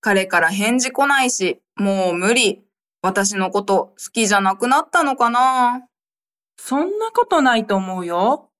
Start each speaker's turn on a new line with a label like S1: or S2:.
S1: 彼から返事来ないし、もう無理。私のこと好きじゃなくなったのかな
S2: そんなことないと思うよ。